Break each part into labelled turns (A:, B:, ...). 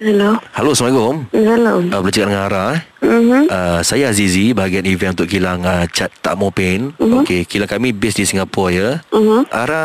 A: Hello.
B: Halo, Assalamualaikum.
A: Hello.
B: Uh, boleh cakap dengan Ara eh?
A: Mhm.
B: Uh, saya Azizi, bahagian event untuk kilang uh, Cat Tak Mau Pain.
A: Mhm.
B: Okey, kilang kami based di Singapura ya.
A: Mhm.
B: Ara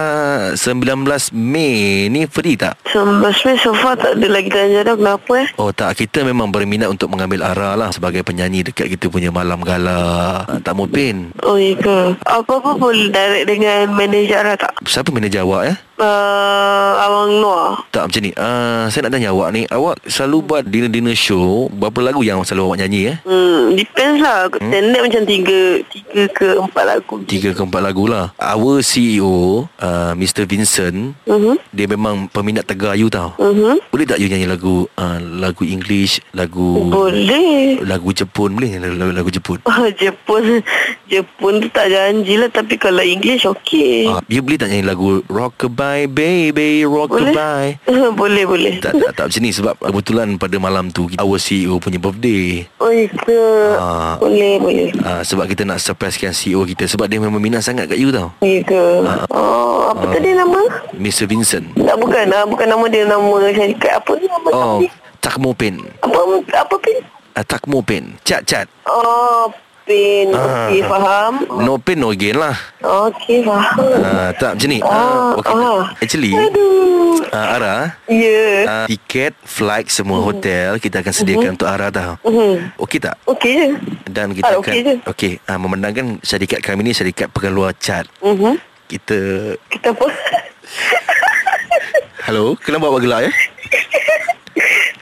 B: 19 Mei ni free tak?
A: So, Basmi so far tak ada lagi tanya dah kenapa eh?
B: Oh tak, kita memang berminat untuk mengambil Ara lah sebagai penyanyi dekat kita punya malam gala uh, Tak Mau Pain.
A: Oh, ya ke? Apa-apa boleh direct dengan manager lah tak?
B: Siapa manager awak ya?
A: Uh, Abang Noah.
B: Tak macam ni uh, Saya nak tanya awak ni Awak selalu buat dinner-dinner show Berapa lagu yang selalu awak nyanyi eh?
A: Hmm, depends lah. Standard macam tiga, tiga ke empat lah lagu.
B: Tiga ke empat lagu lah Our CEO uh, Mr. Vincent
A: Mhm.
B: Dia memang peminat tegar you tau
A: Mhm.
B: Boleh tak you nyanyi lagu uh, Lagu English Lagu
A: Boleh.
B: Lagu Jepun Boleh nyanyi lagu, lagu Jepun
A: Oh, Jepun Jepun tu tak janji lah Tapi kalau English okey
B: uh, You boleh tak nyanyi lagu Rockabye baby Rockabye
A: Boleh boleh
B: eh? tak, tak, tak macam ni Sebab kebetulan pada malam tu Our CEO punya birthday
A: Oh ya ke
B: Ah.
A: Boleh boleh
B: uh, Sebab kita nak kan surprisekan CEO E kita Sebab dia memang minat sangat kat you tau
A: Oh ya ke Oh apa tadi nama
B: Mr. Vincent
A: Tak bukan ah, Bukan nama dia Nama syarikat Apa ni nama
B: Oh
A: tadi?
B: Takmo Pen
A: Apa Apa pin
B: uh, Takmo Pen Cat cat
A: Oh Pin
B: Ah.
A: Okey faham
B: No pain no gain lah
A: Okey faham
B: uh, Tak macam ni
A: Ah,
B: uh, okay.
A: ah.
B: Actually
A: Aduh
B: uh, Ara
A: Ya
B: uh, Tiket, flight, semua
A: Mm-hmm.
B: hotel Kita akan sediakan untuk Ara tau
A: Mhm.
B: Okey tak?
A: Okey je
B: Dan
A: Mm-hmm. Ah,
B: kita akan
A: okey je.
B: Okey uh, Memandangkan syarikat kami ni Syarikat pengeluar cat
A: Mhm.
B: Kita
A: Kita apa
B: Hello Kenapa awak gelak ya?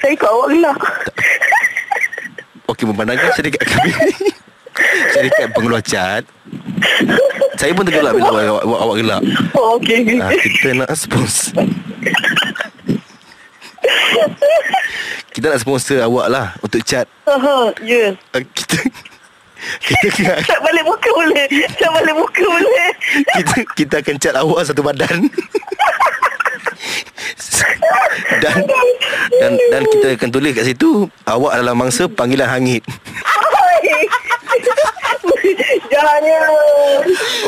A: Saya ikut awak gelap
B: Okey memandangkan syarikat kami ni Syarikat pengeluar cat Saya pun tergelak bila awak, awak, awak, awak gelak
A: Oh okey okey
B: Ah, kita nak sponsor Kita nak sponsor awak lah Untuk cat
A: Aha, ya.
B: Ah, Kita Kita akan
A: Cat balik muka boleh. Cat balik muka boleh.
B: kita, kita akan cat awak satu badan dan dan dan kita akan tulis kat situ awak adalah mangsa panggilan hangit
A: Hai. jahatnya.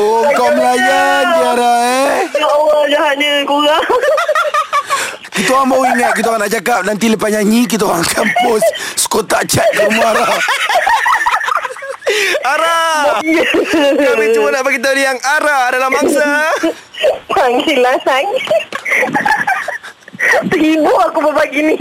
C: Oh kau melayan Tiara eh
A: Ya Allah, jahatnya korang.
C: Kita orang baru ingat Kita orang nak cakap Nanti lepas nyanyi Kita orang akan post Sekotak cat ke rumah Ara
B: Ara kami cuma nak bagi tahu yang Ara adalah mangsa
A: lah, Panggilan saya. Terhibur aku pagi ni.